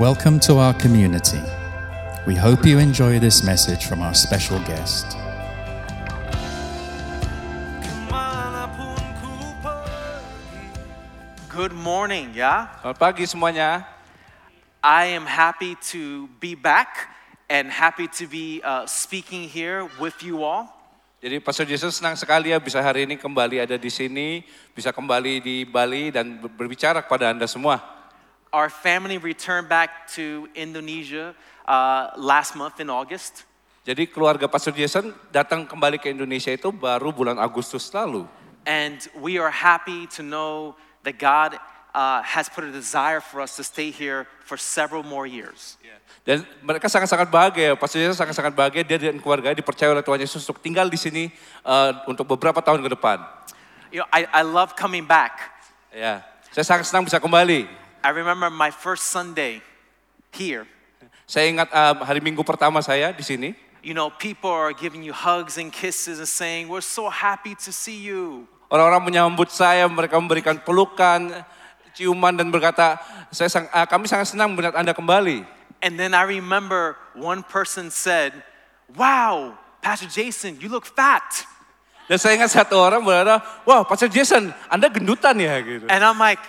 Welcome to our community. We hope you enjoy this message from our special guest. Kemanapun ku pergi. Good morning, yeah? Selamat pagi semuanya. I am happy to be back and happy to be uh, speaking here with you all. Jadi Pastor Jesus senang sekali ya bisa hari ini kembali ada di sini, bisa kembali di Bali dan ber- berbicara kepada Anda semua. Our family returned back to Indonesia uh, last month in August. Jadi keluarga Pastor Jason datang kembali ke Indonesia itu baru bulan Agustus lalu. And we are happy to know that God uh, has put a desire for us to stay here for several more years. Dan mereka sangat-sangat bahagia, ya. Pastor Jason sangat-sangat bahagia dia dan keluarga dipercaya oleh Tuhan Yesus untuk tinggal di sini eh, untuk beberapa tahun ke depan. You know, I, I love coming back. Ya, saya sangat senang bisa kembali. I remember my first Sunday here. Saya ingat eh, hari Minggu pertama saya di sini. You know, people are giving you hugs and kisses and saying, We're so happy to see you. Orang-orang menyambut saya, mereka memberikan pelukan, ciuman dan berkata, saya sang- ah, kami sangat senang melihat Anda kembali. And then I remember one person said, Wow, Pastor Jason, you look fat. Dan saya ingat satu orang berkata, wah Pastor Jason, Anda gendutan ya gitu. And I'm like,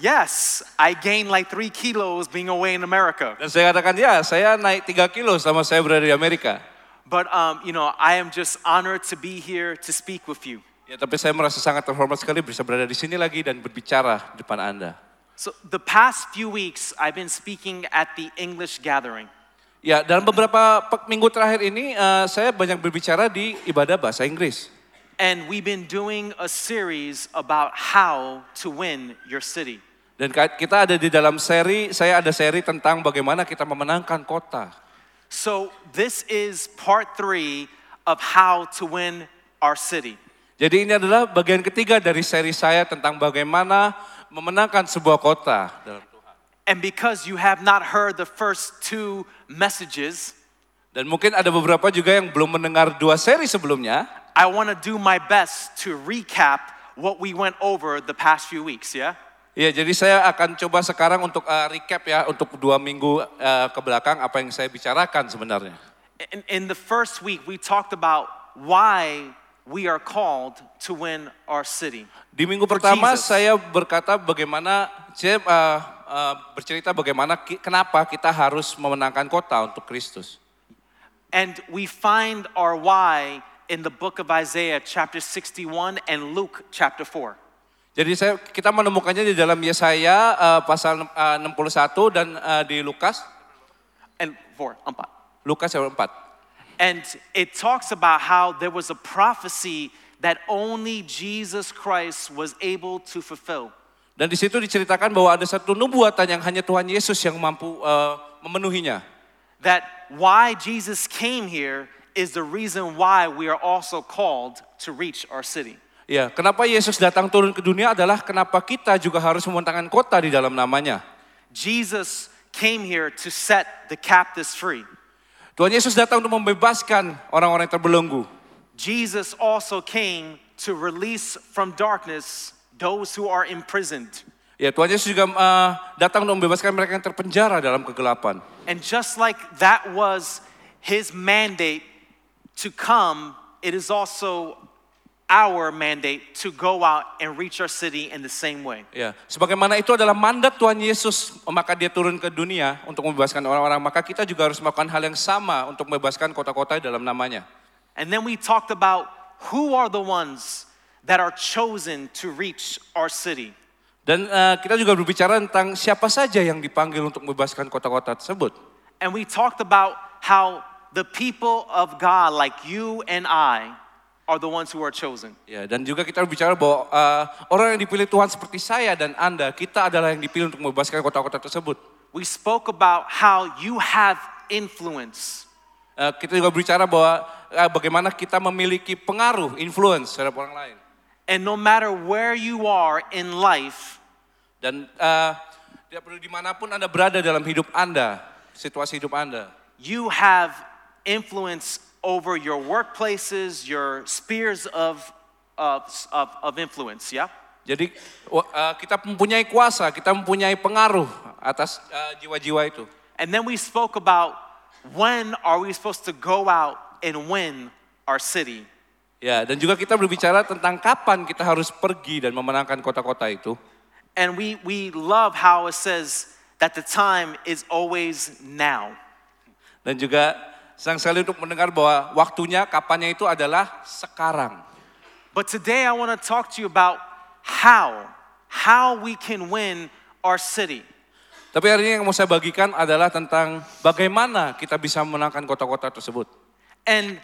Yes, I gained like three kilos being away in America. Dan saya katakan, ya saya naik 3 kilo selama saya berada di Amerika. But, um, you know, I am just honored to be here to speak with you. Ya, tapi saya merasa sangat terhormat sekali bisa berada di sini lagi dan berbicara di depan Anda. So, the past few weeks, I've been speaking at the English gathering. Ya, dalam beberapa pe- minggu terakhir ini, eh, saya banyak berbicara di ibadah bahasa Inggris. And we've been doing a series about how to win your city. Dan ka- kita ada di dalam seri, saya ada seri tentang bagaimana kita memenangkan kota. So, this is part three of how to win our city. Jadi ini adalah bagian ketiga dari seri saya tentang bagaimana memenangkan sebuah kota. And because you have not heard the first two messages, Dan mungkin ada beberapa juga yang belum mendengar dua seri sebelumnya. I want to do my best to recap what we went over the past few weeks, yeah? Ya, jadi saya akan coba sekarang untuk eh, recap ya untuk dua minggu eh, ke belakang apa yang saya bicarakan sebenarnya. In, in the first week, we talked about why we are called to win our city. Di minggu pertama Jesus. saya berkata bagaimana saya eh, eh, bercerita bagaimana ki- kenapa kita harus memenangkan kota untuk Kristus. And we find our why in the book of Isaiah, chapter 61, and Luke, chapter 4. Jadi saya kita menemukannya di dalam Yesaya eh, pasal eh, 61 dan eh, di Lukas And 4, empat. Lukas yang 4. And it talks about how there was a prophecy that only Jesus Christ was able to fulfill. Dan di situ diceritakan bahwa ada satu nubuatan yang hanya Tuhan Yesus yang mampu eh, memenuhinya. That why Jesus came here is the reason why we are also called to reach our city. Ya, kenapa Yesus datang turun ke dunia adalah kenapa kita juga harus memenangkan kota di dalam namanya. Jesus came here to set the captives free. Tuhan Yesus datang untuk membebaskan orang-orang yang terbelenggu. Jesus also came to release from darkness those who are imprisoned. Ya, Tuhan Yesus juga eh, datang untuk membebaskan mereka yang terpenjara dalam kegelapan. And just like that was his mandate to come, it is also our mandate to go out and reach our city in the same way. Ya, sebagaimana itu adalah mandat Tuhan Yesus, maka dia turun ke dunia untuk membebaskan orang-orang, maka kita juga harus melakukan hal yang sama untuk membebaskan kota-kota dalam namanya. And then we talked about who are the ones that are chosen to reach our city. Dan eh, kita juga berbicara tentang siapa saja yang dipanggil untuk membebaskan kota-kota tersebut. And we talked about how the people of God, like you and I, are the ones who are chosen. Ya, dan juga kita berbicara bahwa eh, orang yang dipilih Tuhan seperti saya dan Anda, kita adalah yang dipilih untuk membebaskan kota-kota tersebut. We spoke about how you have influence. Eh, kita juga berbicara bahwa eh, bagaimana kita memiliki pengaruh, influence terhadap orang lain. And no matter where you are in life, Dan eh, tidak perlu dimanapun Anda berada dalam hidup Anda, situasi hidup Anda. you have influence over your workplaces, your spheres of, of, of, of influence, yeah? Jadi wa- eh, kita mempunyai kuasa, kita mempunyai pengaruh atas eh, jiwa-jiwa itu. And then we spoke about when are we supposed to go out and win our city. Ya, dan juga kita berbicara tentang kapan kita harus pergi dan memenangkan kota-kota itu. And we, we love how it says that the time is always now. Dan juga senang sekali untuk mendengar bahwa waktunya kapannya itu adalah sekarang. But today I want to talk to you about how, how we can win our city. Tapi hari ini yang mau saya bagikan adalah tentang bagaimana kita bisa memenangkan kota-kota tersebut. And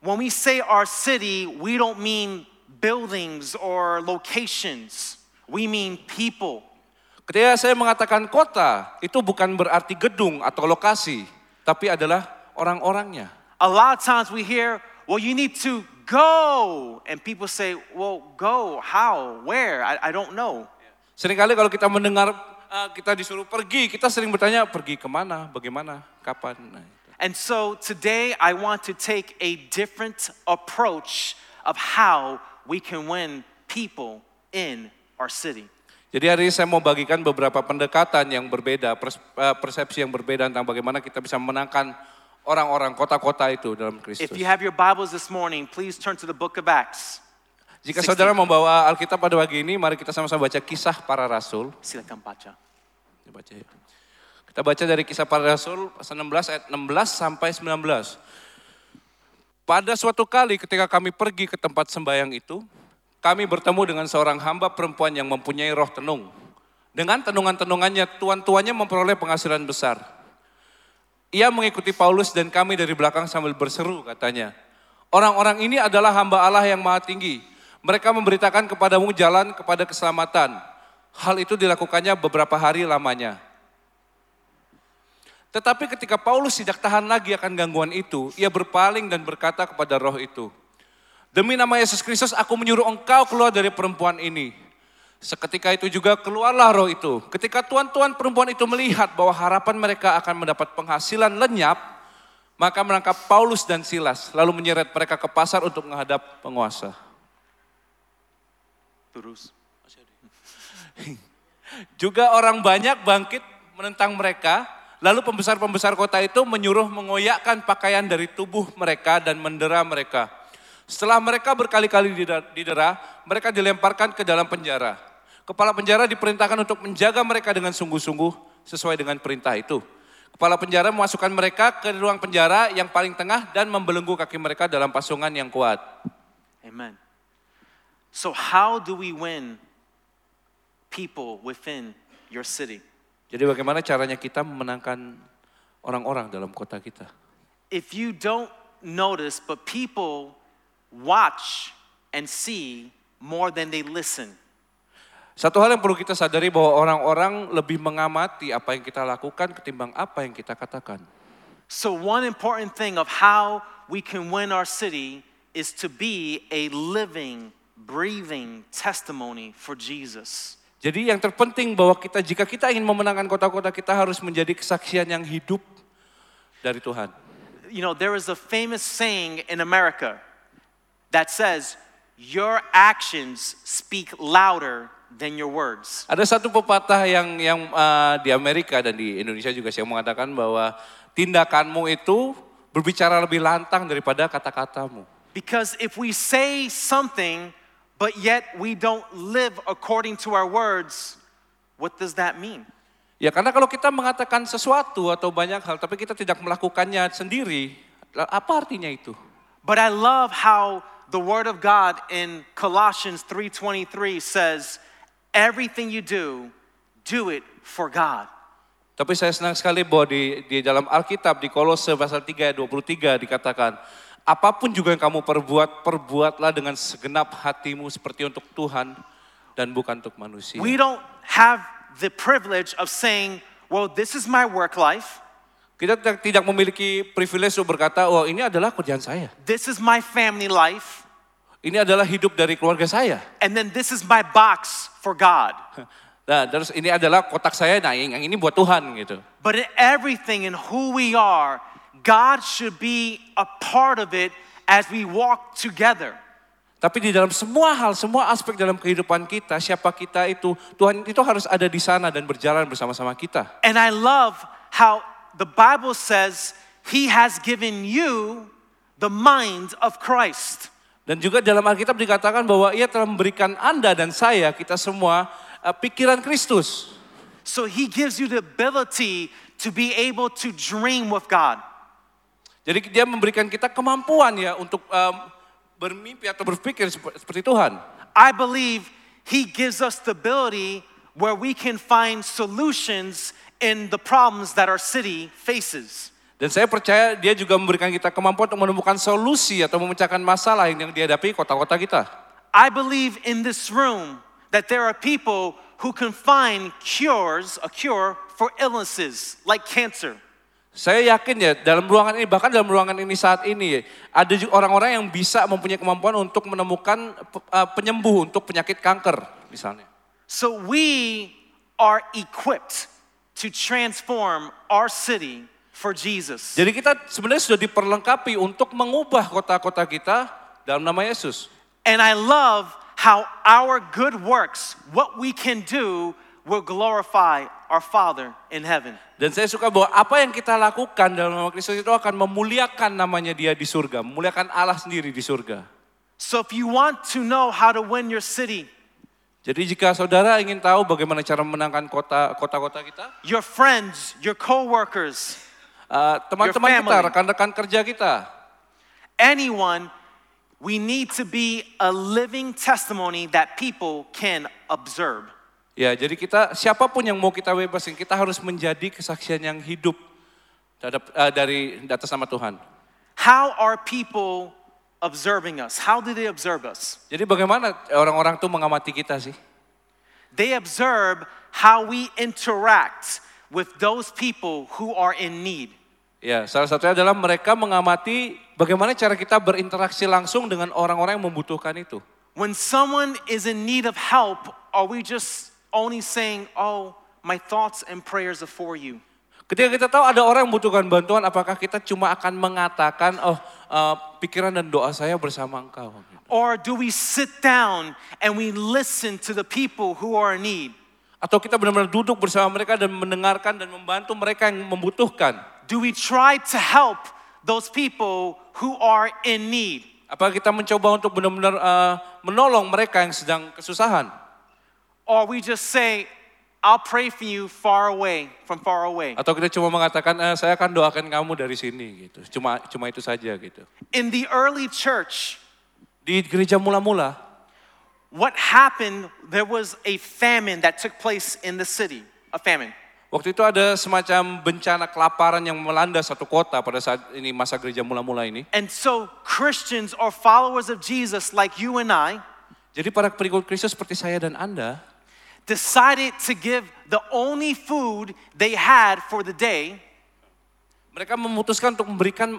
when we say our city, we don't mean buildings or locations. We mean people. Ketika saya mengatakan kota, itu bukan berarti gedung atau lokasi, tapi adalah orang-orangnya. A lot of times we hear, well, you need to go. And people say, well, go, how, where? I, I don't know. Seringkali kalau kita mendengar eh, kita disuruh pergi, kita sering bertanya pergi kemana, bagaimana, kapan. Nah, itu. And so today I want to take a different approach of how we can win people in our city. Jadi hari ini saya mau bagikan beberapa pendekatan yang berbeda, pers- eh, persepsi yang berbeda tentang bagaimana kita bisa menangkan orang-orang kota-kota itu dalam Kristus. If you have your Bibles this morning, please turn to the book of Acts. Jika saudara membawa Alkitab pada pagi ini, mari kita sama-sama baca kisah para rasul. Silakan baca. Kita baca ya. Kita baca dari kisah para rasul pasal 16 ayat 16 sampai 19. Pada suatu kali ketika kami pergi ke tempat sembayang itu, kami bertemu dengan seorang hamba perempuan yang mempunyai roh tenung. Dengan tenungan-tenungannya, tuan-tuannya memperoleh penghasilan besar. Ia mengikuti Paulus dan kami dari belakang sambil berseru katanya, Orang-orang ini adalah hamba Allah yang maha tinggi. Mereka memberitakan kepadamu jalan kepada keselamatan. Hal itu dilakukannya beberapa hari lamanya. Tetapi ketika Paulus tidak tahan lagi akan gangguan itu, ia berpaling dan berkata kepada roh itu, Demi nama Yesus Kristus aku menyuruh engkau keluar dari perempuan ini. Seketika itu juga keluarlah roh itu. Ketika tuan-tuan perempuan itu melihat bahwa harapan mereka akan mendapat penghasilan lenyap, maka menangkap Paulus dan Silas, lalu menyeret mereka ke pasar untuk menghadap penguasa. Terus. Juga orang banyak bangkit menentang mereka, lalu pembesar-pembesar kota itu menyuruh mengoyakkan pakaian dari tubuh mereka dan mendera mereka. Setelah mereka berkali-kali dida- didera, mereka dilemparkan ke dalam penjara. Kepala penjara diperintahkan untuk menjaga mereka dengan sungguh-sungguh sesuai dengan perintah itu. Kepala penjara memasukkan mereka ke ruang penjara yang paling tengah dan membelenggu kaki mereka dalam pasungan yang kuat. Amen. So how do we win people within your city? Jadi bagaimana caranya kita memenangkan orang-orang dalam kota kita? If you don't notice, but people watch and see more than they listen. Satu hal yang perlu kita sadari bahwa orang-orang lebih mengamati apa yang kita lakukan ketimbang apa yang kita katakan. So one important thing of how we can win our city is to be a living, breathing testimony for Jesus. Jadi yang terpenting bahwa kita jika kita ingin memenangkan kota-kota kita harus menjadi kesaksian yang hidup dari Tuhan. You know, there is a famous saying in America that says, Your actions speak louder than your words. Ada satu pepatah yang yang eh, di Amerika dan di Indonesia juga saya mengatakan bahwa tindakanmu itu berbicara lebih lantang daripada kata-katamu. Because if we say something, but yet we don't live according to our words, what does that mean? Ya karena kalau kita mengatakan sesuatu atau banyak hal tapi kita tidak melakukannya sendiri, apa artinya itu? But I love how the word of God in Colossians 3:23 says, "Everything you do, do it for God." Tapi saya senang sekali bahwa di, di dalam Alkitab di Kolose pasal 3 ayat 23 dikatakan, apapun juga yang kamu perbuat, perbuatlah dengan segenap hatimu seperti untuk Tuhan dan bukan untuk manusia. We don't have the privilege of saying, "Well, this is my work life. Kita tidak, tidak memiliki privilege untuk berkata, oh ini adalah kerjaan saya. This is my family life, Ini adalah hidup dari keluarga saya. and then this is my box for God." Nah, terus ini adalah kotak saya, nah yang yang ini buat Tuhan gitu. But in everything and who we are, God should be a part of it as we walk together. Tapi di dalam semua hal, semua aspek dalam kehidupan kita, siapa kita itu, Tuhan itu harus ada di sana dan berjalan bersama-sama kita. And I love how the Bible says he has given you the mind of Christ. Dan juga dalam Alkitab dikatakan bahwa ia telah memberikan Anda dan saya, kita semua, eh, pikiran Kristus. So he gives you the ability to be able to dream with God. Jadi dia memberikan kita kemampuan ya untuk em, bermimpi atau berpikir sep- seperti Tuhan. I believe he gives us the ability where we can find solutions in the problems that our city faces. Dan saya percaya dia juga memberikan kita kemampuan untuk menemukan solusi atau memecahkan masalah yang yang dihadapi kota-kota kita. I believe in this room that there are people who can find cures, a cure for illnesses like cancer. Saya yakin ya dalam ruangan ini bahkan dalam ruangan ini saat ini ya, ada juga orang-orang yang bisa mempunyai kemampuan untuk menemukan pe- eh, penyembuh untuk penyakit kanker misalnya. So we are equipped to transform our city for Jesus. Jadi kita sebenarnya sudah diperlengkapi untuk mengubah kota-kota kita dalam nama Yesus. And I love how our good works, what we can do, will glorify our Father in heaven. Dan saya suka bahwa apa yang kita lakukan dalam nama Kristus itu akan memuliakan namanya dia di surga, memuliakan Allah sendiri di surga. So if you want to know how to win your city, Jadi jika saudara ingin tahu bagaimana cara memenangkan kota- kota-kota kita, your friends, your coworkers, eh, teman-teman Your kita, family. rekan-rekan kerja kita, anyone, we need to be a living testimony that people can observe. ya jadi kita siapapun yang mau kita bebasin, kita harus menjadi kesaksian yang hidup terhadap- eh, dari di atas nama Tuhan. How are people observing us? How do they observe us? Jadi bagaimana orang-orang tuh mengamati kita sih? They observe how we interact with those people who are in need. Ya, salah satunya adalah mereka mengamati bagaimana cara kita berinteraksi langsung dengan orang-orang yang membutuhkan itu. When someone is in need of help, are we just only saying, Oh, my thoughts and prayers are for you? Ketika kita tahu ada orang yang membutuhkan bantuan, apakah kita cuma akan mengatakan, oh eh, pikiran dan doa saya bersama engkau. Or do we sit down and we listen to the people who are in need? Atau kita benar-benar duduk bersama mereka dan mendengarkan dan membantu mereka yang membutuhkan. Do we try to help those people who are in need? Apakah kita mencoba untuk benar-benar eh, menolong mereka yang sedang kesusahan. Or we just say, I'll pray for you far away, from far away? Atau kita cuma mengatakan, "Eh, saya akan doakan kamu dari sini gitu. Cuma, cuma itu saja gitu. In the early church, Di gereja mula-mula, what happened, there was a famine that took place in the city, a famine. Waktu itu ada semacam bencana kelaparan yang melanda satu kota pada saat ini masa gereja mula-mula ini. And so Christians or followers of Jesus like you and I Jadi para pengikut Kristus seperti saya dan Anda decided to give the only food they had for the day mereka memutuskan untuk memberikan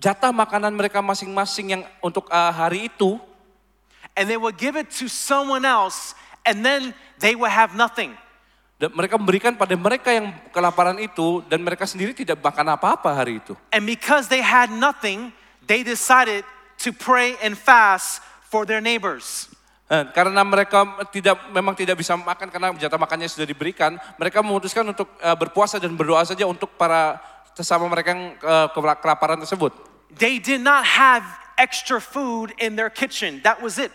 jatah makanan mereka masing-masing yang untuk uh, hari itu and they would give it to someone else and then they would have nothing. dan mereka memberikan pada mereka yang kelaparan itu dan mereka sendiri tidak makan apa-apa hari itu. And because they had nothing, they decided to pray and fast for their neighbors. Eh, karena mereka tidak memang tidak bisa makan karena jatah makannya sudah diberikan, mereka memutuskan untuk eh, berpuasa dan berdoa saja untuk para sesama mereka yang eh, kelaparan tersebut. They did not have extra food in their kitchen. That was it.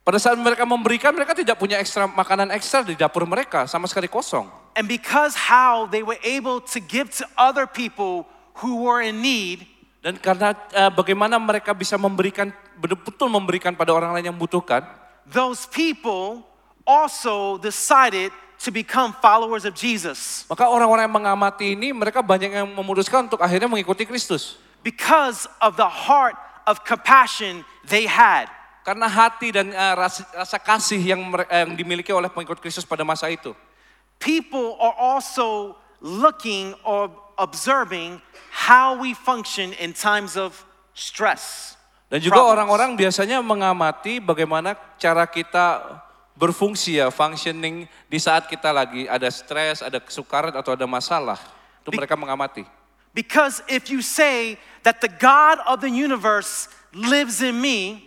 Pada saat mereka memberikan, mereka tidak punya ekstra makanan ekstra di dapur mereka, sama sekali kosong. And because how they were able to give to other people who were in need, Dan karena eh, bagaimana mereka bisa memberikan, betul-betul memberikan pada orang lain yang membutuhkan, those people also decided to become followers of Jesus maka orang-orang yang mengamati ini, mereka banyak yang memutuskan untuk akhirnya mengikuti Kristus. because of the heart of compassion they had. Karena hati dan eh, rasa, rasa kasih yang, mere- eh, yang dimiliki oleh pengikut Kristus pada masa itu. People are also looking or observing how we function in times of stress. Dan juga Problems. orang-orang biasanya mengamati bagaimana cara kita berfungsi ya, functioning di saat kita lagi ada stres, ada kesukaran atau ada masalah. Itu Be- mereka mengamati. Because if you say that the God of the universe lives in me,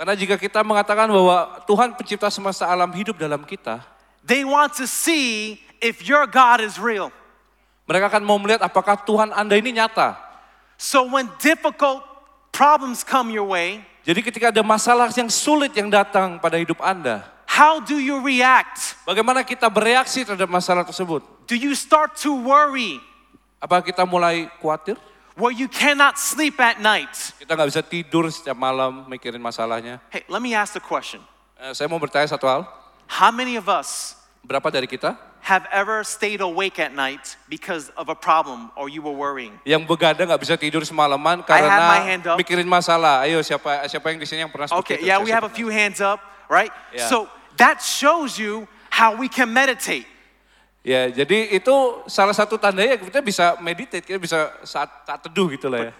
Karena jika kita mengatakan bahwa Tuhan pencipta semesta alam hidup dalam kita, They want to see if your God is real. mereka akan mau melihat apakah Tuhan Anda ini nyata. So when difficult problems come your way, Jadi ketika ada masalah yang sulit yang datang pada hidup Anda, how do you react? bagaimana kita bereaksi terhadap masalah tersebut? Do you start to worry Apa kita mulai khawatir? where you cannot sleep at night? Kita nggak bisa tidur setiap malam mikirin masalahnya. Hey, let me ask the question. Eh, saya mau bertanya satu hal. How many of us Berapa dari kita have ever stayed awake at night because of a problem or you were worrying? yang begadang nggak bisa tidur semalaman my hand karena up. mikirin masalah? Ayo siapa siapa yang di sini yang pernah seperti Okay, itu? yeah, Saya we have a siapa? few hands up, right? Yeah. So that shows you how we can meditate. Ya, jadi itu salah satu tandanya kita bisa meditate, kita bisa saat, saat teduh gitu lah ya.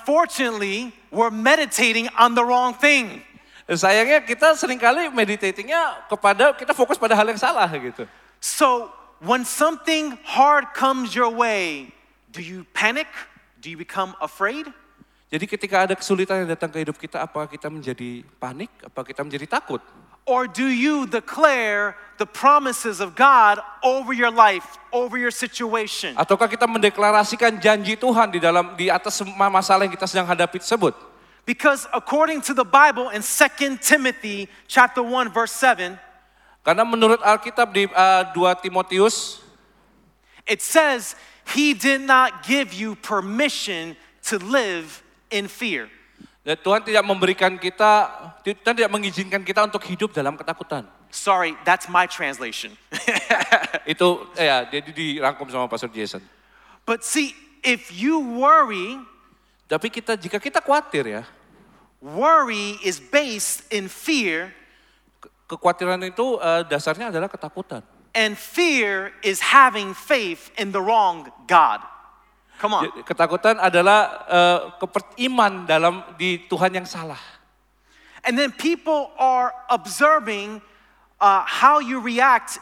Unfortunately, we're meditating on the wrong thing. Dan Sayangnya kita seringkali meditatingnya kepada, kita fokus pada hal yang salah gitu. So when something hard comes your way, do you panic? Do you become afraid? Jadi ketika ada kesulitan yang datang ke hidup kita, apa kita menjadi panik, apa kita menjadi takut? Or do you declare the promises of God over your life, over your situation? Ataukah kita mendeklarasikan janji Tuhan di dalam di atas semua masalah yang kita sedang hadapi tersebut? Because according to the Bible in 2 Timothy chapter 1 verse 7, Karena menurut Alkitab di eh, 2 Timotius it says, "He did not give you permission to live in fear." Dan ya, Tuhan tidak memberikan kita, Tuhan tidak mengizinkan kita untuk hidup dalam ketakutan. Sorry, that's my translation. Itu eh, ya, jadi dirangkum sama Pastor Jason. but see, if you worry, Tapi kita jika kita khawatir ya, worry is based in fear, kekhawatiran itu eh, dasarnya adalah ketakutan. and fear is having faith in the wrong God. Come on. Jadi, Ketakutan adalah eh, keper- iman dalam di Tuhan yang salah. And then people are observing uh, how you react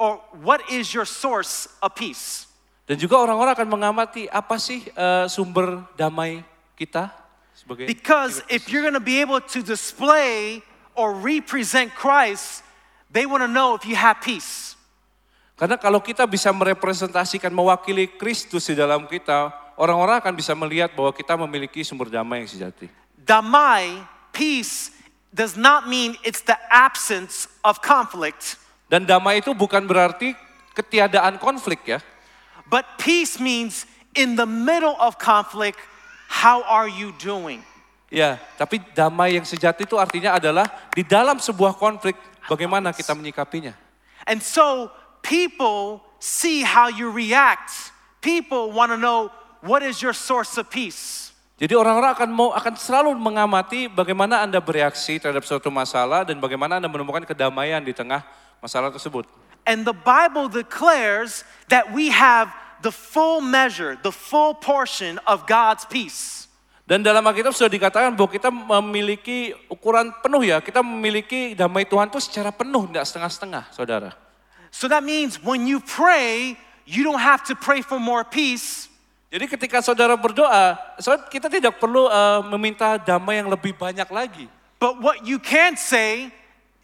or what is your source of peace. Dan juga orang-orang akan mengamati apa sih eh, sumber damai kita sebagai Because if you're going to be able to display or represent Christ, they want to know if you have peace. Karena kalau kita bisa merepresentasikan, mewakili Kristus di dalam kita, orang-orang akan bisa melihat bahwa kita memiliki sumber damai yang sejati. Damai, peace, does not mean it's the absence of conflict, Dan damai itu bukan berarti ketiadaan konflik ya. but peace means in the middle of conflict, how are you doing? Ya, tapi damai yang sejati itu artinya adalah di dalam sebuah konflik bagaimana kita menyikapinya. And so people see how you react. People want to know what is your source of peace. Jadi orang-orang akan mau akan selalu mengamati bagaimana Anda bereaksi terhadap suatu masalah dan bagaimana Anda menemukan kedamaian di tengah masalah tersebut. And the Bible declares that we have the full measure, the full portion of God's peace. Dan dalam Alkitab sudah dikatakan bahwa kita memiliki ukuran penuh ya, kita memiliki damai Tuhan itu secara penuh, tidak setengah-setengah, saudara. So that means when you pray, you don't have to pray for more peace. Jadi ketika saudara berdoa, saudara, kita tidak perlu eh, meminta damai yang lebih banyak lagi. But what you can say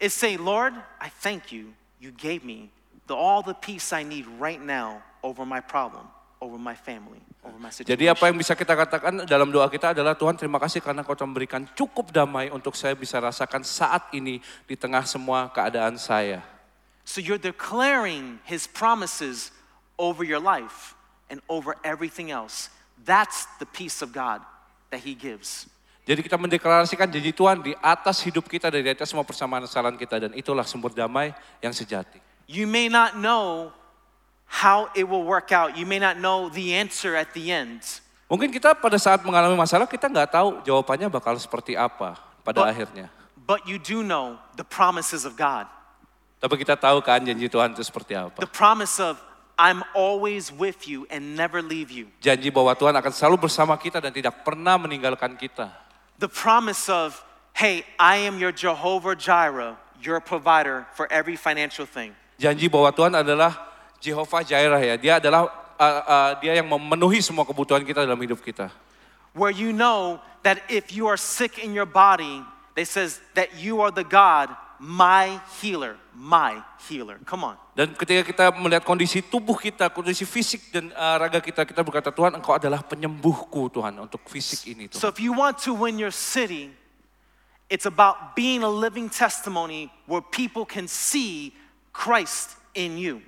is say, Lord, I thank you. You gave me the, all the peace I need right now over my problem, over my family, over my situation. Jadi apa yang bisa kita katakan dalam doa kita adalah Tuhan terima kasih karena kau telah memberikan cukup damai untuk saya bisa rasakan saat ini di tengah semua keadaan saya. So you're declaring his promises over your life and over everything else. That's the peace of God that he gives. Jadi kita mendeklarasikan janji Tuhan di atas hidup kita, dari atas semua persamaan kesalahan kita dan itulah sumber damai yang sejati. You may not know how it will work out. You may not know the answer at the end. Mungkin kita pada saat mengalami masalah kita nggak tahu jawabannya bakal seperti apa pada But- akhirnya. But you do know the promises of God. Tapi kita tahu kan janji Tuhan itu seperti The apa. promise of I'm always with you and never leave you. Janji bahwa Tuhan akan selalu bersama kita dan tidak pernah meninggalkan kita. The promise of hey, I am your Jehovah Jireh, your provider for every financial thing. Janji bahwa Tuhan adalah Jehovah Jireh ya. Dia adalah uh, uh, dia yang memenuhi semua kebutuhan kita dalam hidup kita. where you know that if you are sick in your body, They says that you are the God, my healer, my healer. Come on. Dan ketika kita melihat kondisi tubuh kita, kondisi fisik dan eh, raga kita, kita berkata Tuhan engkau adalah penyembuhku Tuhan untuk fisik ini So Tuhan. if you want to win your city, it's about being a living testimony where people can see Christ in you.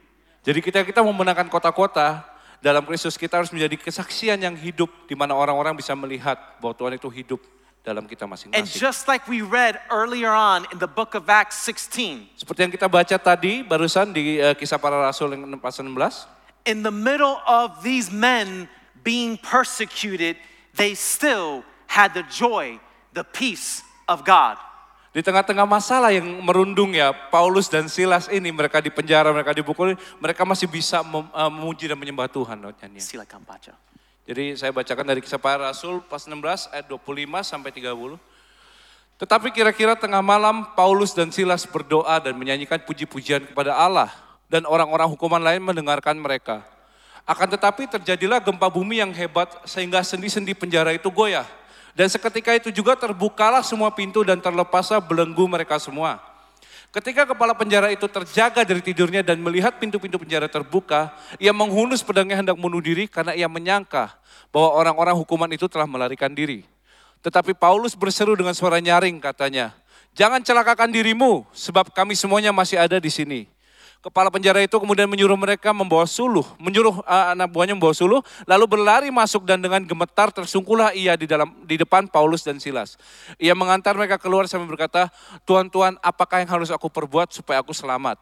Jadi kita kita memenangkan kota-kota dalam Kristus kita harus menjadi kesaksian yang hidup di mana orang-orang bisa melihat bahwa Tuhan itu hidup dalam kita And masing-masing. just like we read earlier on in the book of Acts 16, Seperti yang kita baca tadi barusan di eh, kisah para rasul yang 16, in the middle of these men being persecuted, they still had the joy, the peace of God. di tengah-tengah masalah yang merundung ya Paulus dan Silas ini mereka di penjara, mereka dipukul, mereka masih bisa mem- eh, memuji dan menyembah Tuhan. Lord, nyanyian. Sila Kampacha. Jadi saya bacakan dari kisah para rasul pas 16 ayat 25 sampai 30. Tetapi kira-kira tengah malam Paulus dan Silas berdoa dan menyanyikan puji-pujian kepada Allah dan orang-orang hukuman lain mendengarkan mereka. Akan tetapi terjadilah gempa bumi yang hebat sehingga sendi-sendi penjara itu goyah. Dan seketika itu juga terbukalah semua pintu dan terlepaslah belenggu mereka semua. Ketika kepala penjara itu terjaga dari tidurnya dan melihat pintu-pintu penjara terbuka, ia menghunus pedangnya hendak bunuh diri karena ia menyangka bahwa orang-orang hukuman itu telah melarikan diri. Tetapi Paulus berseru dengan suara nyaring katanya, "Jangan celakakan dirimu sebab kami semuanya masih ada di sini." Kepala penjara itu kemudian menyuruh mereka membawa suluh, menyuruh eh, anak buahnya membawa suluh, lalu berlari masuk dan dengan gemetar tersungkulah ia di dalam di depan Paulus dan Silas. Ia mengantar mereka keluar sambil berkata, "Tuhan, Tuhan, apakah yang harus aku perbuat supaya aku selamat?"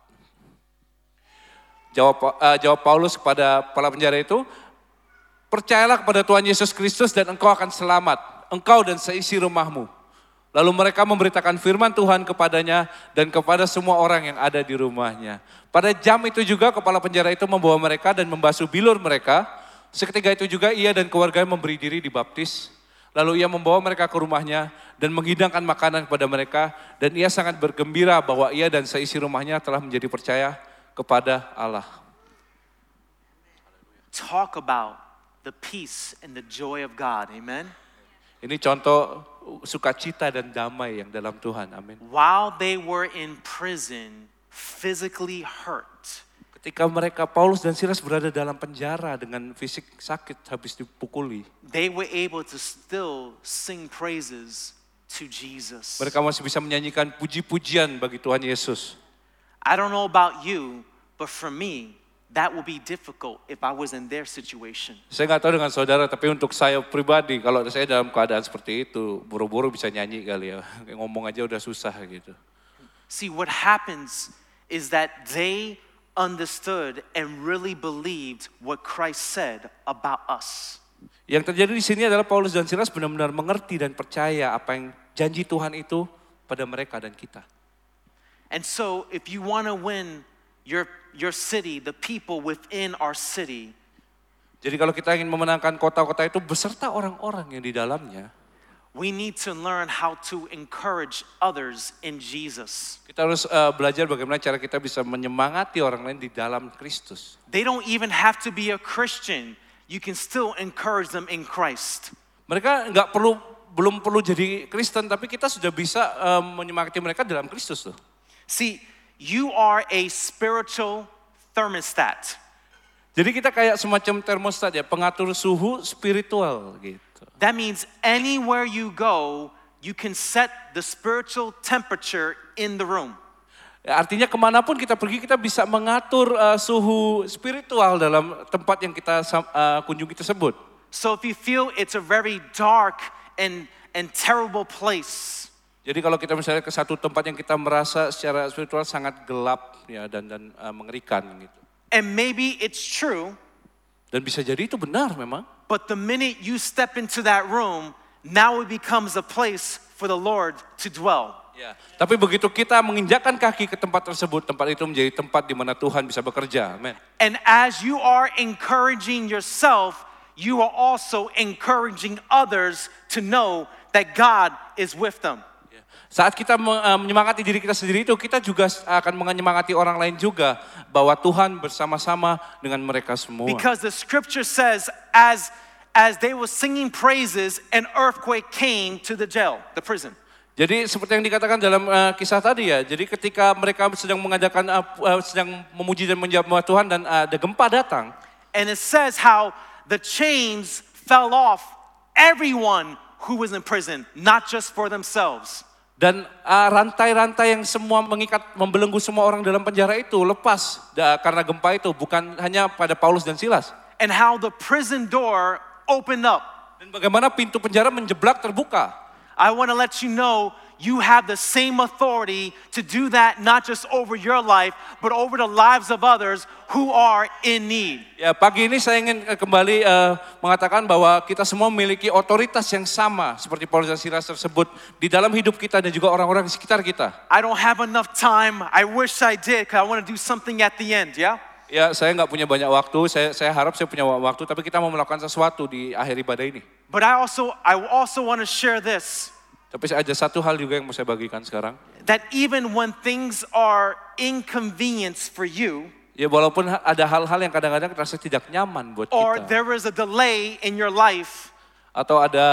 Jawab Pa- eh, jawab Paulus kepada kepala penjara itu, "Percayalah kepada Tuhan Yesus Kristus dan engkau akan selamat, engkau dan seisi rumahmu." Lalu mereka memberitakan firman Tuhan kepadanya dan kepada semua orang yang ada di rumahnya. Pada jam itu juga kepala penjara itu membawa mereka dan membasuh bilur mereka. Seketika itu juga ia dan keluarganya memberi diri dibaptis. Lalu ia membawa mereka ke rumahnya dan menghidangkan makanan kepada mereka. Dan ia sangat bergembira bahwa ia dan seisi rumahnya telah menjadi percaya kepada Allah. Talk about the peace and the joy of God. Amen. Ini contoh sukacita dan damai yang dalam Tuhan. Amin. While they were in prison, physically hurt, Ketika mereka Paulus dan Silas berada dalam penjara dengan fisik sakit habis dipukuli, they were able to still sing praises to Jesus. mereka masih bisa menyanyikan puji-pujian bagi Tuhan Yesus. I don't know about you, but for me, that would be difficult if I was in their situation. Saya nggak tahu dengan saudara, tapi untuk saya pribadi, kalau saya dalam keadaan seperti itu, buru-buru bisa nyanyi kali ya. Kayak Ngomong aja udah susah gitu. See, what happens is that they understood and really believed what Christ said about us. Yang terjadi di sini adalah Paulus dan Silas benar-benar mengerti dan percaya apa yang janji Tuhan itu pada mereka dan kita. And so, if you want to win your, your city, the people within our city, Jadi kalau kita ingin memenangkan kota-kota itu beserta orang-orang yang di dalamnya, we need to learn how to encourage others in Jesus. Kita harus eh, belajar bagaimana cara kita bisa menyemangati orang lain di dalam Kristus. They don't even have to be a Christian, you can still encourage them in Christ. Mereka nggak perlu belum perlu jadi Kristen, tapi kita sudah bisa eh, menyemangati mereka dalam Kristus tuh. See, you are a spiritual thermostat. Jadi kita kayak semacam termostat ya, pengatur suhu spiritual gitu. That means anywhere you go, you can set the spiritual temperature in the room. Ya, Artinya kemanapun kita pergi kita bisa mengatur eh, suhu spiritual dalam tempat yang kita sam- eh, kunjungi tersebut. So if you feel it's a very dark and, and terrible place, Jadi kalau kita misalnya ke satu tempat yang kita merasa secara spiritual sangat gelap ya dan dan eh, mengerikan gitu. and maybe it's true, Dan bisa jadi itu benar memang. but the minute you step into that room, now it becomes a place for the Lord to dwell. Ya. Tapi begitu kita menginjakkan kaki ke tempat tersebut, tempat itu menjadi tempat di mana Tuhan bisa bekerja. Amin. And as you are encouraging yourself, you are also encouraging others to know that God is with them. Ya. Saat kita me- eh, menyemangati diri kita sendiri itu, kita juga s- akan menyemangati orang lain juga bahwa Tuhan bersama-sama dengan mereka semua. Because the scripture says, as as they were singing praises, an earthquake came to the jail, the prison. Jadi seperti yang dikatakan dalam eh, kisah tadi ya, jadi ketika mereka sedang mengadakan eh, pu- eh, sedang memuji dan menyembah Tuhan dan eh, ada gempa datang, And it says how the chains fell off everyone who was in prison, not just for themselves. Dan uh, rantai-rantai yang semua mengikat, membelenggu semua orang dalam penjara itu lepas da- karena gempa itu, bukan hanya pada Paulus dan Silas. And how the prison door opened up. Dan bagaimana pintu penjara menjeblak terbuka. I want to let you know you have the same authority to do that, not just over your life, but over the lives of others who are in need. Ya, pagi ini saya ingin eh, kembali eh, mengatakan bahwa kita semua memiliki otoritas yang sama seperti Paulus dan Silas tersebut di dalam hidup kita dan juga orang-orang di sekitar kita. I don't have enough time. I wish I did because I want to do something at the end, yeah? Ya, saya nggak punya banyak waktu. Saya, saya harap saya punya wa- waktu, tapi kita mau melakukan sesuatu di akhir ibadah ini. But I also, I also want to share this Tapi saya- ada satu hal juga yang mau saya bagikan sekarang. that even when things are inconvenience for you, Ya walaupun ha- ada hal-hal yang kadang-kadang terasa tidak nyaman buat or kita there is a delay in your life, atau ada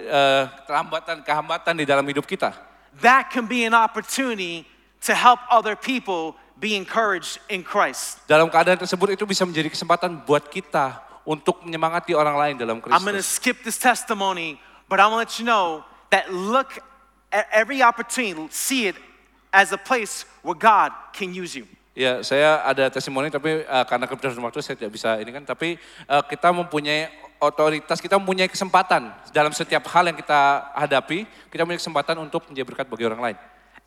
eh, keterlambatan kehambatan di dalam hidup kita. that can be an opportunity to help other people be encouraged in Christ. Dalam keadaan tersebut itu bisa menjadi kesempatan buat kita untuk menyemangati orang lain I'm dalam going to Kristus. skip this testimony, but I'm going to let you know that look at every opportunity, see it as a place where God can use you. Ya, saya ada testimoni tapi eh, karena kebetulan waktu saya tidak bisa ini kan tapi eh, kita mempunyai otoritas, kita mempunyai kesempatan dalam setiap hal yang kita hadapi, kita punya kesempatan untuk menjadi berkat bagi orang lain.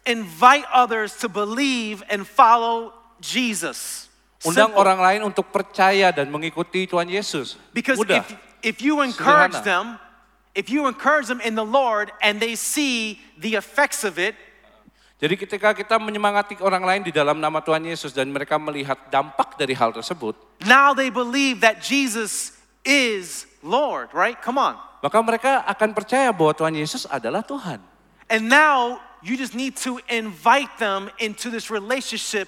Invite others to believe and follow Jesus. Undang Simple. orang lain untuk percaya dan mengikuti Tuhan Yesus. Because Mudah. if, if you encourage Sederhana. them, if you encourage them in the Lord and they see the effects of it, Jadi ketika kita menyemangati orang lain di dalam nama Tuhan Yesus dan mereka melihat dampak dari hal tersebut, now they believe that Jesus is Lord, right? Come on. maka mereka akan percaya bahwa Tuhan Yesus adalah Tuhan. And now you just need to invite them into this relationship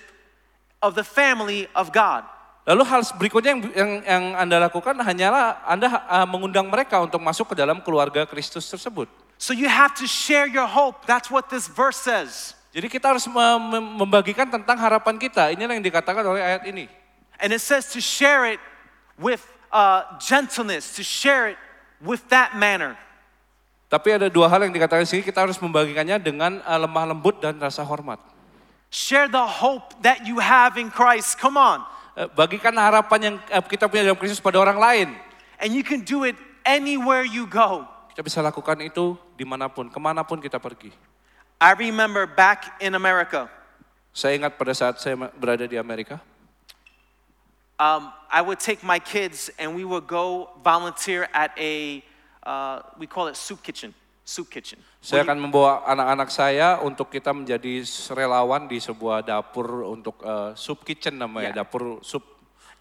of the family of God. Lalu hal berikutnya yang yang, yang Anda lakukan hanyalah Anda eh, mengundang mereka untuk masuk ke dalam keluarga Kristus tersebut. So you have to share your hope. That's what this verse says. Jadi kita harus mem- mem- membagikan tentang harapan kita. Inilah yang dikatakan oleh ayat ini. And it says to share it with uh, gentleness, to share it with that manner. Tapi ada dua hal yang dikatakan di sini kita harus membagikannya dengan eh, lemah lembut dan rasa hormat. Share the hope that you have in Christ. Come on. Eh, bagikan harapan yang eh, kita punya dalam Kristus pada orang lain. And you can do it anywhere you go. Kita bisa lakukan itu dimanapun, kemanapun kita pergi. I remember back in America, Saya ingat pada saat saya ma- berada di Amerika, um, I would take my kids and we would go volunteer at a, uh, we call it soup kitchen. Soup kitchen. saya akan membawa anak-anak saya untuk kita menjadi s- relawan di sebuah dapur untuk eh, soup kitchen namanya, Ya. dapur sup.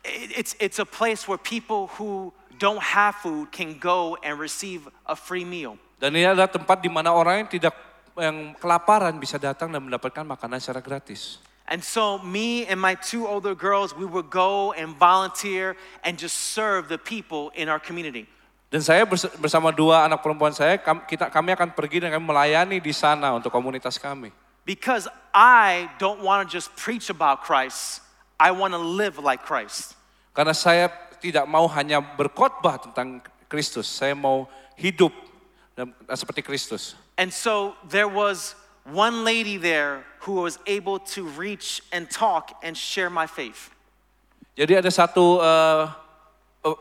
It- It's, it's a place where people who don't have food can go and receive a free meal. Dan ini adalah tempat di mana orang yang tidak yang kelaparan bisa datang dan mendapatkan makanan secara gratis. And so, me and my two older girls, we would go and volunteer and just serve the people in our community. Dan saya bers- bersama dua anak perempuan saya, kam- kita kami akan pergi dan kami melayani di sana untuk komunitas kami. Because I don't want to just preach about Christ, I want to live like Christ. Karena saya tidak mau hanya berkhotbah tentang Kristus, saya mau hidup dan- seperti Kristus. And so there was one lady there who was able to reach and talk and share my faith. Jadi ada satu eh,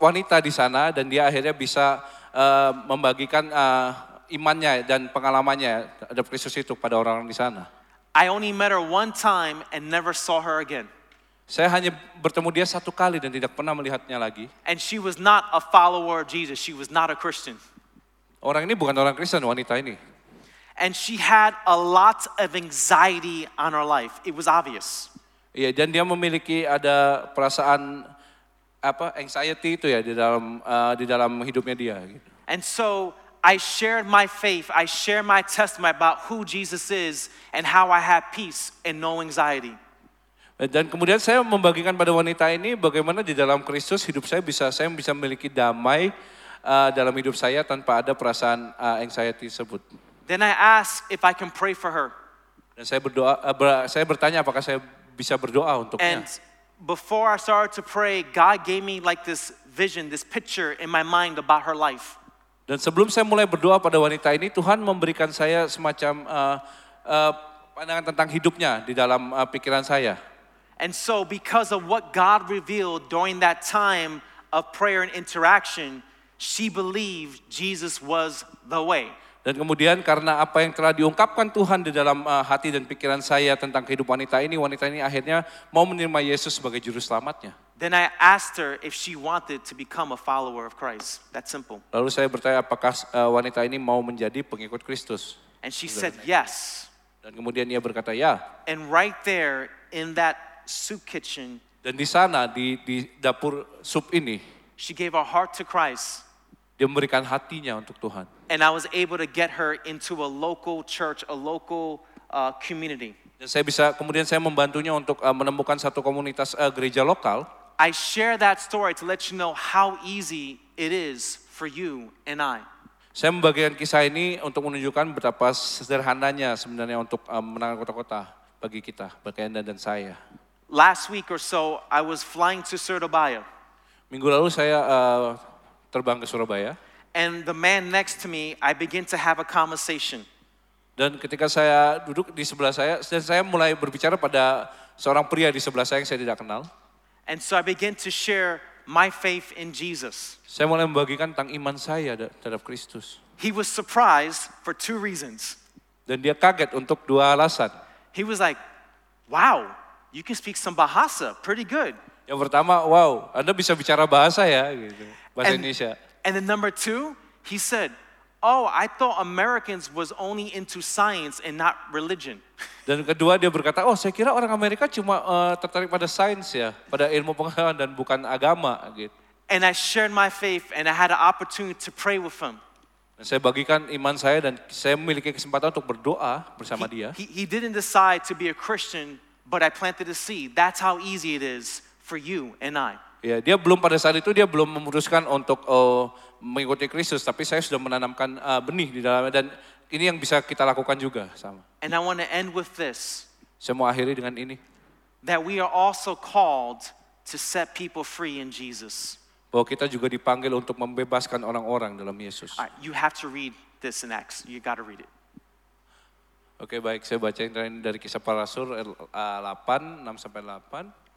wanita di sana dan dia akhirnya bisa eh, membagikan eh, imannya dan pengalamannya terhadap Kristus itu pada orang-orang di sana. I only met her one time and never saw her again. Saya hanya bertemu dia satu kali dan tidak pernah melihatnya lagi. And she was not a follower of Jesus, she was not a Christian. Orang ini bukan orang Kristen, wanita ini. And she had a lot of anxiety on her life. It was obvious. Iya, dan dia memiliki ada perasaan apa anxiety itu ya di dalam eh, di dalam hidupnya dia gitu. And so I shared my faith, I shared my testimony about who Jesus is and how I have peace and no anxiety. Eh, Dan kemudian saya membagikan pada wanita ini bagaimana di dalam Kristus hidup saya bisa saya bisa memiliki damai eh, dalam hidup saya tanpa ada perasaan eh, anxiety tersebut. Then I asked if I can pray for her. Dan saya berdoa, eh, ber- saya bertanya apakah saya bisa berdoa untuknya. And before I started to pray, God gave me like this vision, this picture in my mind about her life. Dan sebelum saya mulai berdoa pada wanita ini, Tuhan memberikan saya semacam eh, eh, pandangan tentang hidupnya di dalam eh, pikiran saya. And so, because of what God revealed during that time of prayer and interaction, she believed Jesus was the way. Dan kemudian karena apa yang telah diungkapkan Tuhan di dalam eh, hati dan pikiran saya tentang kehidupan wanita ini, wanita ini akhirnya mau menerima Yesus sebagai juru selamatnya. Then I asked her if she wanted to become a follower of Christ. That simple. Lalu saya bertanya apakah eh, wanita ini mau menjadi pengikut Kristus. And she said yes. Dan kemudian ia berkata ya. And right there in that soup kitchen, Dan di sana di, di dapur sup ini she gave her heart to Christ. dia memberikan hatinya untuk Tuhan. And I was able to get her into a local church, a local uh, community. Dan saya bisa kemudian saya membantunya untuk eh, menemukan satu komunitas eh, gereja lokal. I share that story to let you know how easy it is for you and I. Saya membagikan kisah ini untuk menunjukkan betapa sederhananya sebenarnya untuk eh, menangkan kota-kota bagi kita, bagi Anda dan saya. Last week or so, I was flying to Surabaya, Minggu lalu saya eh, terbang ke Surabaya and the man next to me, I begin to have a conversation. dan ketika saya duduk di sebelah saya dan saya mulai berbicara pada seorang pria di sebelah saya yang saya tidak kenal. And so I begin to share my faith in Jesus. Saya mulai membagikan tentang iman saya da- terhadap Kristus. He was surprised for two reasons. Dan dia kaget untuk dua alasan. He was like, Wow, you can speak some Bahasa pretty good. Yang pertama, wow, Anda bisa bicara bahasa ya, gitu. bahasa And- Indonesia. And then number two, he said, Oh, I thought Americans was only into science and not religion. Dan kedua dia berkata, oh saya kira orang Amerika cuma eh, tertarik pada sains ya, pada ilmu pengetahuan dan bukan agama gitu. And I shared my faith and I had an opportunity to pray with him. Dan saya bagikan iman saya dan saya memiliki kesempatan untuk berdoa bersama He, dia. he, he didn't decide to be a Christian, but I planted a seed. That's how easy it is for you and I. Ya, dia belum pada saat itu dia belum memutuskan untuk eh, mengikuti Kristus, tapi saya sudah menanamkan eh, benih di dalamnya dan ini yang bisa kita lakukan juga sama. And I want to end with this Saya mau akhiri dengan ini that we are also called to set people free in Jesus. bahwa kita juga dipanggil untuk membebaskan orang-orang dalam Yesus. All right, you have to read this in Acts. You got to read it. Oke baik, saya baca yang terakhir dari kisah para rasul eh, 8, 6 sampai 8.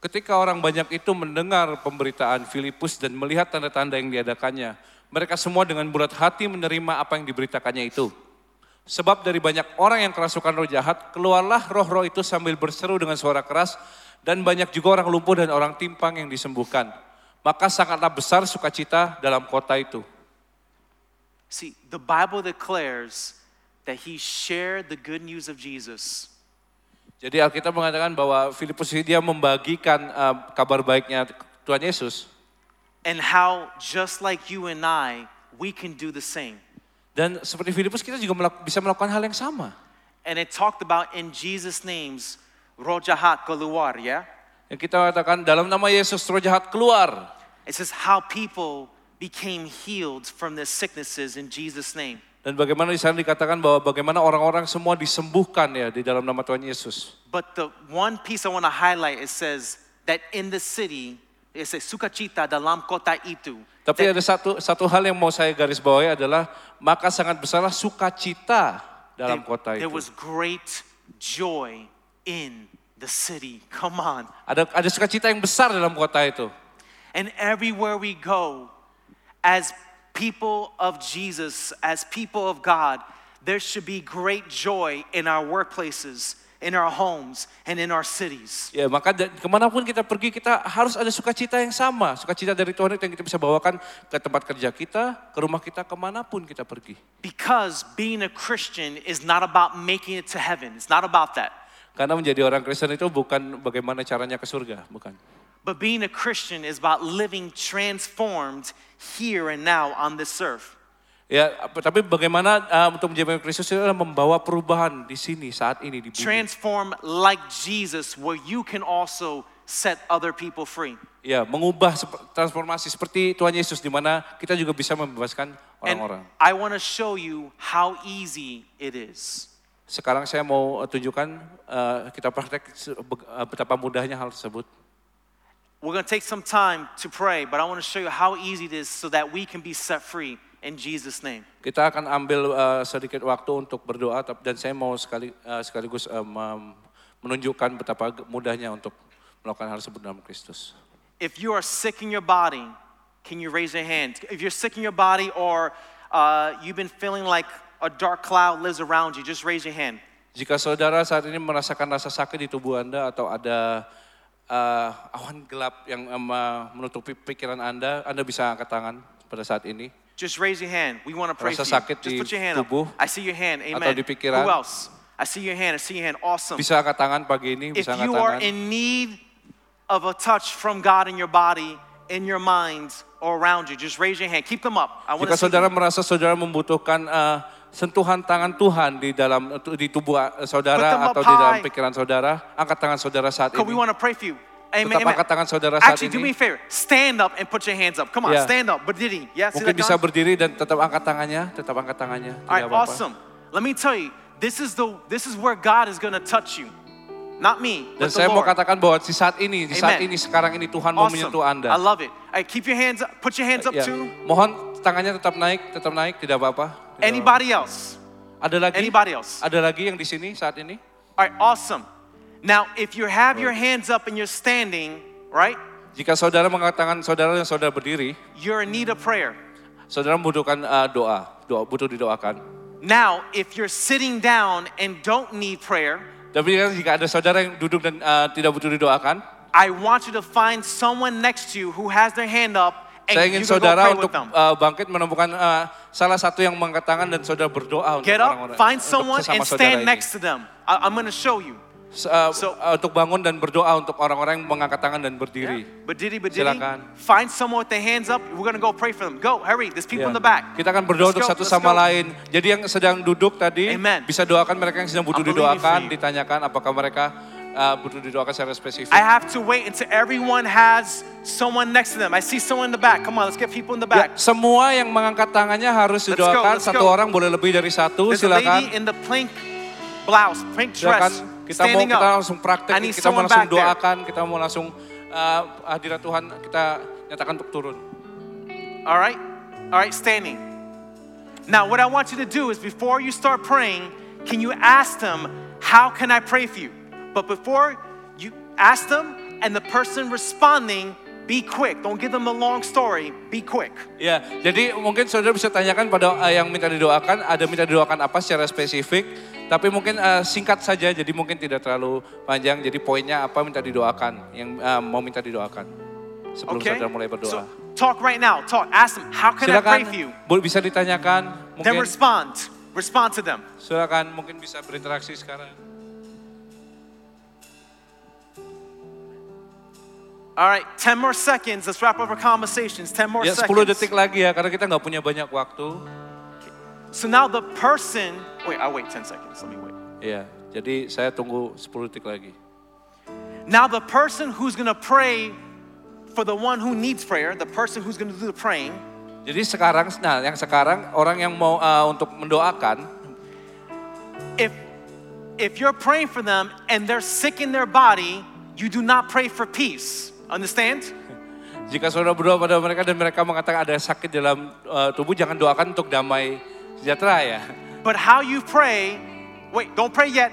Ketika orang banyak itu mendengar pemberitaan Filipus dan melihat tanda-tanda yang diadakannya, mereka semua dengan bulat hati menerima apa yang diberitakannya itu. Sebab dari banyak orang yang kerasukan roh jahat, keluarlah roh-roh itu sambil berseru dengan suara keras, dan banyak juga orang lumpuh dan orang timpang yang disembuhkan. Maka sangatlah besar sukacita dalam kota itu. See, the Bible declares that he shared the good news of Jesus Jadi Alkitab mengatakan bahwa Filipus ini dia membagikan eh, kabar baiknya Tuhan Yesus and how, just like you and I, we can do the same. dan seperti Filipus kita juga melak- bisa melakukan hal yang sama. And it talked about in Jesus' names, Rojahat Galuar, yeah? Yang Ya, kita katakan dalam nama Yesus roh jahat keluar. It says how people became healed from their sicknesses in Jesus' name. Dan bagaimana di sana dikatakan bahwa bagaimana orang-orang semua disembuhkan ya di dalam nama Tuhan Yesus. But the one piece I want to highlight, it says that in the city, it says Sukachita dalam kota itu. Tapi That- ada satu satu hal yang mau saya garis bawahi adalah maka sangat besarlah sukacita there- dalam kota There itu. was great joy in the city. Come on. Ada ada sukacita yang besar dalam kota itu. And everywhere we go, as people of Jesus, as people of God, there should be great joy in our workplaces, in our homes, and in our cities. Ya, maka da- kemanapun kita pergi, kita harus ada sukacita yang sama. Sukacita dari Tuhan itu yang kita bisa bawakan ke tempat kerja kita, ke rumah kita, kemanapun kita pergi. Because being a Christian is not about making it to heaven, it's not about that. Karena menjadi orang Kristen itu bukan bagaimana caranya ke surga, bukan. But being a Christian is about living transformed here and now on this earth. Ya, ap- tapi bagaimana eh, untuk menjadi orang Kristus itu adalah membawa Mm-hmm. perubahan di sini, saat ini, di bumi. Transform like Jesus, where you can also set other people free. Ya, mengubah sep- transformasi seperti Tuhan Yesus di mana kita juga bisa membebaskan And orang-orang. I want to show you how easy it is. Sekarang saya mau eh, tunjukkan eh, kita praktek se- be- eh, betapa mudahnya hal tersebut. We're going to take some time to pray, but I want to show you how easy it is so that we can be set free in Jesus' name. Kita akan ambil eh, sedikit waktu untuk berdoa tap- dan saya mau sekali eh, sekaligus eh, mem- menunjukkan betapa ge- mudahnya untuk melakukan hal tersebut dalam Kristus. If you are sick in your body, can you raise your hand? If you're sick in your body or uh, you've been feeling like a dark cloud lives around you, just raise your hand. Jika saudara saat ini merasakan rasa sakit di tubuh Anda atau ada eh, awan gelap yang eh, me- menutupi pikiran Anda, Anda bisa angkat tangan pada saat ini. Just raise your hand. We want to pray Rasa for you. sakit Just di put your hand tubuh up. I see your hand. Amen. atau di pikiran. Who else? I see your hand. I see your hand. Awesome. Bisa angkat tangan pagi ini, if bisa angkat you are tangan. in need of a touch from God in your body, in your mind, or around you, just raise your hand. Keep them up. I want to Jika see saudara them. merasa saudara membutuhkan eh, sentuhan tangan Tuhan di dalam di tubuh Put eh, them saudara up atau di dalam high. pikiran saudara, angkat tangan saudara saat Because we ini. want to pray for you. Amen. Tetap amen. angkat tangan saudara saat Actually, do ini. me a favor. Stand up and put your hands up. Come on, Yeah. stand up. But did he? Yeah, see Mungkin that, bisa John? berdiri dan tetap angkat tangannya, tetap angkat tangannya. All Tidak right, apa-apa. awesome. Let me tell you, this is the this is where God is going to touch you. Not me, Dan but the saya mau Lord. katakan bahwa di saat ini, di saat Amen. ini sekarang ini Tuhan mau Awesome. menyentuh Anda. I love it. All right, keep your hands up. Put your hands up Ya. too. Mohon tangannya tetap naik, tetap naik, tidak apa-apa. Tidak Anybody else? apa-apa. Ada lagi? Anybody else? Ada lagi yang di sini saat ini? All right, awesome. Now, if you have your hands up and you're standing, right, Jika saudara mengangkat tangan saudara dan saudara berdiri, you're in need of prayer. saudara membutuhkan eh, doa, doa butuh didoakan. Now, if you're sitting down and don't need prayer, Tapi kan jika ada saudara yang duduk dan eh, tidak butuh didoakan, I want you to find someone next to you who has their hand up and saya you ingin can go saudara pray untuk with them. eh, bangkit menemukan eh, salah satu yang mengangkat tangan dan saudara berdoa untuk Get orang-orang up, find untuk someone sesama and saudara stand ini. next to them. I- I'm going to show you. S- eh, So- eh, untuk bangun dan berdoa untuk orang-orang yang mengangkat tangan dan berdiri. But diddy, but Silakan. Find someone with their hands up. We're going to go pray for them. Go, hurry. There's people in Ya. the back. Kita akan berdoa Let's untuk go, satu let's sama go. lain. Jadi yang sedang duduk tadi Amen. bisa doakan mereka yang sedang butuh I'm believing didoakan, for you. ditanyakan apakah mereka eh, butuh didoakan secara spesifik. I have to wait until everyone has someone next to them. I see someone in the back. Come on, let's get people in the Ya, back. semua yang mengangkat tangannya harus Let's go, didoakan. let's go. Satu orang boleh lebih dari satu. There's a Silakan. lady in the pink blouse, pink Silakan dress, kita mau standing kita up. langsung I praktek, need kita mau someone langsung back there. doakan, kita mau langsung eh, hadirat Tuhan kita nyatakan untuk turun. All right? All right, standing. Now, what I want you to do is before you start praying, can you ask them, How can I pray for you? But before you ask them and the person responding, be quick. Don't give them a long story. Be quick. Ya, jadi mungkin saudara bisa tanyakan pada eh, yang minta didoakan, ada minta didoakan apa secara spesifik, tapi mungkin eh, singkat saja, jadi mungkin tidak terlalu panjang. Jadi poinnya apa minta didoakan, yang eh, mau minta didoakan sebelum Okay? saudara mulai So berdoa. talk right now. Talk. Ask them, How can I silakan, pray for you? bu- bisa ditanyakan, Then mungkin respond. Respond to them. silakan mungkin bisa berinteraksi sekarang. All right, 10 more seconds. Let's wrap up our conversations. 10 more Ya, 10 seconds. detik lagi ya, karena kita nggak punya banyak waktu. So now the person, wait, I'll wait 10 seconds. Let me wait. Iya, jadi saya tunggu 10 detik lagi. Now the person who's going to pray for the one who needs prayer, the person who's going to do the praying, Jadi sekarang, nah yang sekarang orang yang mau eh, untuk mendoakan, if if you're praying for them and they're sick in their body, you do not pray for peace. Understand? jika saudara berdoa pada mereka dan mereka mengatakan ada sakit dalam eh, tubuh, jangan doakan untuk damai sejahtera ya. But how you pray, wait, don't pray yet.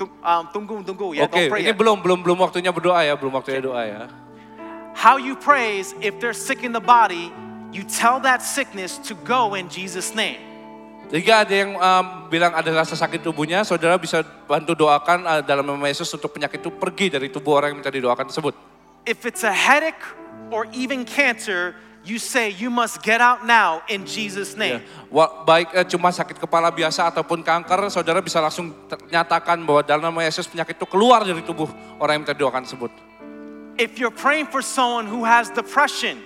Tung- Um, tunggu, tunggu, yeah, Oke, don't pray ya. yet. ini belum belum belum waktunya berdoa ya, belum waktunya doa ya. How you pray is if they're sick in the body, you tell that sickness to go in Jesus' name. Jika ada yang eh, bilang ada rasa sakit tubuhnya, saudara bisa bantu doakan eh, dalam nama Yesus untuk penyakit itu pergi dari tubuh orang yang minta didoakan tersebut. If it's a headache or even cancer, you say, You must get out now in Jesus' Ya, name. wa- baik eh, cuma sakit kepala biasa ataupun kanker, saudara bisa langsung ter- nyatakan bahwa dalam nama Yesus penyakit itu keluar dari tubuh orang yang minta doakan tersebut. If you're praying for someone who has depression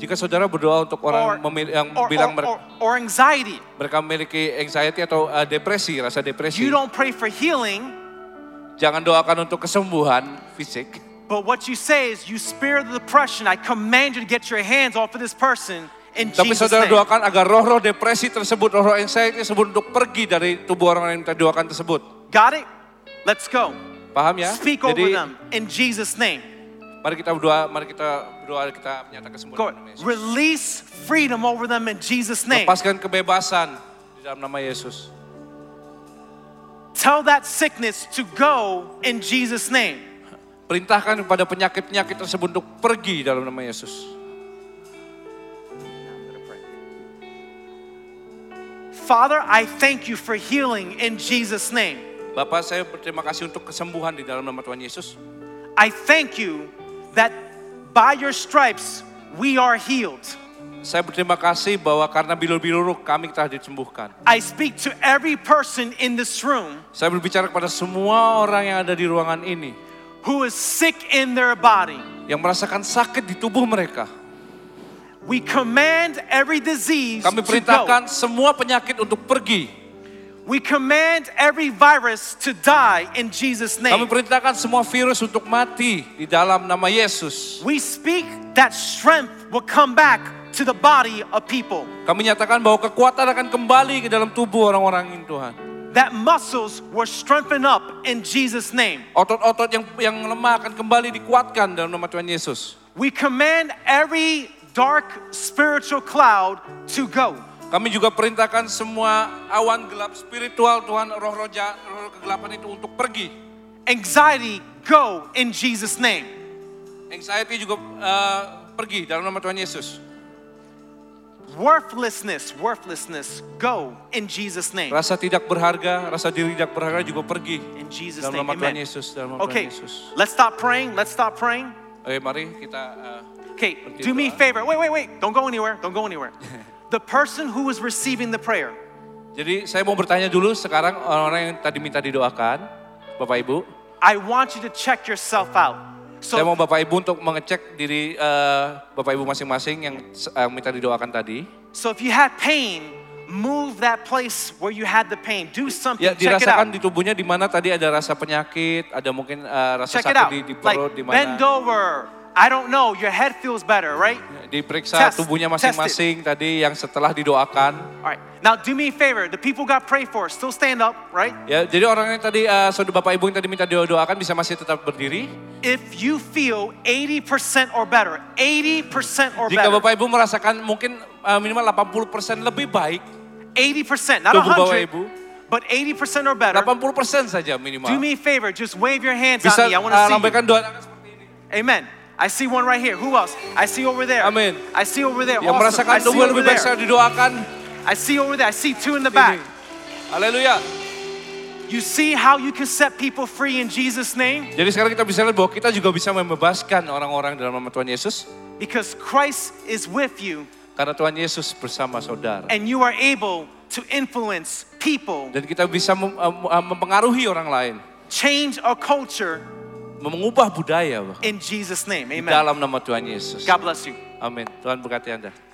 Jika saudara berdoa untuk or, orang memil- yang or- bilang or- mereka, or- or anxiety, mereka memiliki anxiety atau eh, depresi, rasa depresi, you don't pray for healing, jangan doakan untuk kesembuhan fisik, But what you say is, you spirit of depression, I command you to get your hands off of this person in Tapi Jesus' saudara name. doakan agar roh-roh depresi tersebut, roh-roh anxiety tersebut untuk pergi dari tubuh orang yang kita doakan tersebut. Got it? Let's go. Paham ya? Speak over Jadi them in Jesus' name. mari kita berdoa, mari kita berdoa, kita menyatakan Go. sembuh. Release freedom over them in Jesus' name. Lepaskan kebebasan di dalam nama Yesus. Tell that sickness to go in Jesus' name. Perintahkan kepada penyakit-penyakit tersebut untuk pergi dalam nama Yesus. Father, I thank you for healing in Jesus' name. Bapak saya berterima kasih untuk kesembuhan di dalam nama Tuhan Yesus. I thank you that by your stripes we are healed. Saya berterima kasih bahwa karena bilur-bilur kami telah disembuhkan. I speak to every person in this room Saya berbicara kepada semua orang yang ada di ruangan ini who is sick in their body. yang merasakan sakit di tubuh mereka. We command every disease Kami to go. perintahkan semua penyakit untuk pergi. We command every virus to die in Jesus' Kami name. perintahkan semua virus untuk mati di dalam nama Yesus. We speak that strength will come back to the body of people, Kami nyatakan bahwa kekuatan akan kembali ke dalam tubuh orang-orang ini Tuhan. that muscles will strengthen up in Jesus' name. Otot-otot yang yang lemah akan kembali dikuatkan dalam nama Tuhan Yesus. We command every dark spiritual cloud to go. Kami juga perintahkan semua awan gelap spiritual Tuhan roh-roh ja- roh kegelapan itu untuk pergi. Anxiety, go in Jesus' name. Anxiety juga eh, pergi dalam nama Tuhan Yesus. Worthlessness, worthlessness, go in Jesus' name. Rasa tidak berharga, rasa diri tidak berharga juga pergi In Jesus' name. dalam nama Tuhan Amen. Yesus, dalam nama Okay, Tuhan Yesus. let's stop praying. Let's stop praying. Oke, mari kita eh, Okay, Pergi do me a doa. favor. Wait, wait, wait. Don't go anywhere. Don't go anywhere. the person who is receiving the prayer, Jadi saya mau bertanya dulu sekarang orang-orang yang tadi minta didoakan, Bapak Ibu. I want you to check yourself out. saya So mau Bapak Ibu untuk mengecek diri eh, Bapak Ibu masing-masing yang, s- yang minta didoakan tadi. So if you had pain, move that place where you had the pain. Do something. Ya Check it out. dirasakan di tubuhnya di mana tadi ada rasa penyakit, ada mungkin eh, rasa Check it sakit out. di, di perut like di mana. bend over. I don't know. Your head feels better, right? Diperiksa Test, tubuhnya masing-masing tadi yang setelah didoakan. All right. Now do me a favor. The people got prayed for. Still stand up, right? Ya, jadi orang yang tadi eh, saudara Bapak Ibu yang tadi minta didoakan bisa masih tetap berdiri. If you feel 80% or better, 80% or Jika better, Bapak Ibu merasakan mungkin eh, minimal 80% lebih baik, 80%, not tubuh Bapak 100, Ibu but 80% or better, 80% saja minimal. do me a favor. Just wave your hands Bisa at me. I uh, want to see lambaikan doa tangan seperti ini. you. Amen. I see one right here. Who else? I see over there. Amin. I see over there. Yang Awesome. merasakan I see tubuh over lebih baik there. secara didoakan. I see over there. I see two in the back. Ini. Haleluya. You see how you can set people free in Jesus' name? Jadi sekarang kita bisa lihat bahwa kita juga bisa membebaskan orang-orang dalam nama Tuhan Yesus. Because Christ is with you Karena Tuhan Yesus bersama saudara. and you are able to influence people, Dan kita bisa mem- em- em- mempengaruhi orang lain. change a culture Mengubah budaya bahkan in Jesus' name. di Amen. dalam nama Tuhan Yesus. God bless you. Amin. Tuhan berkati Anda.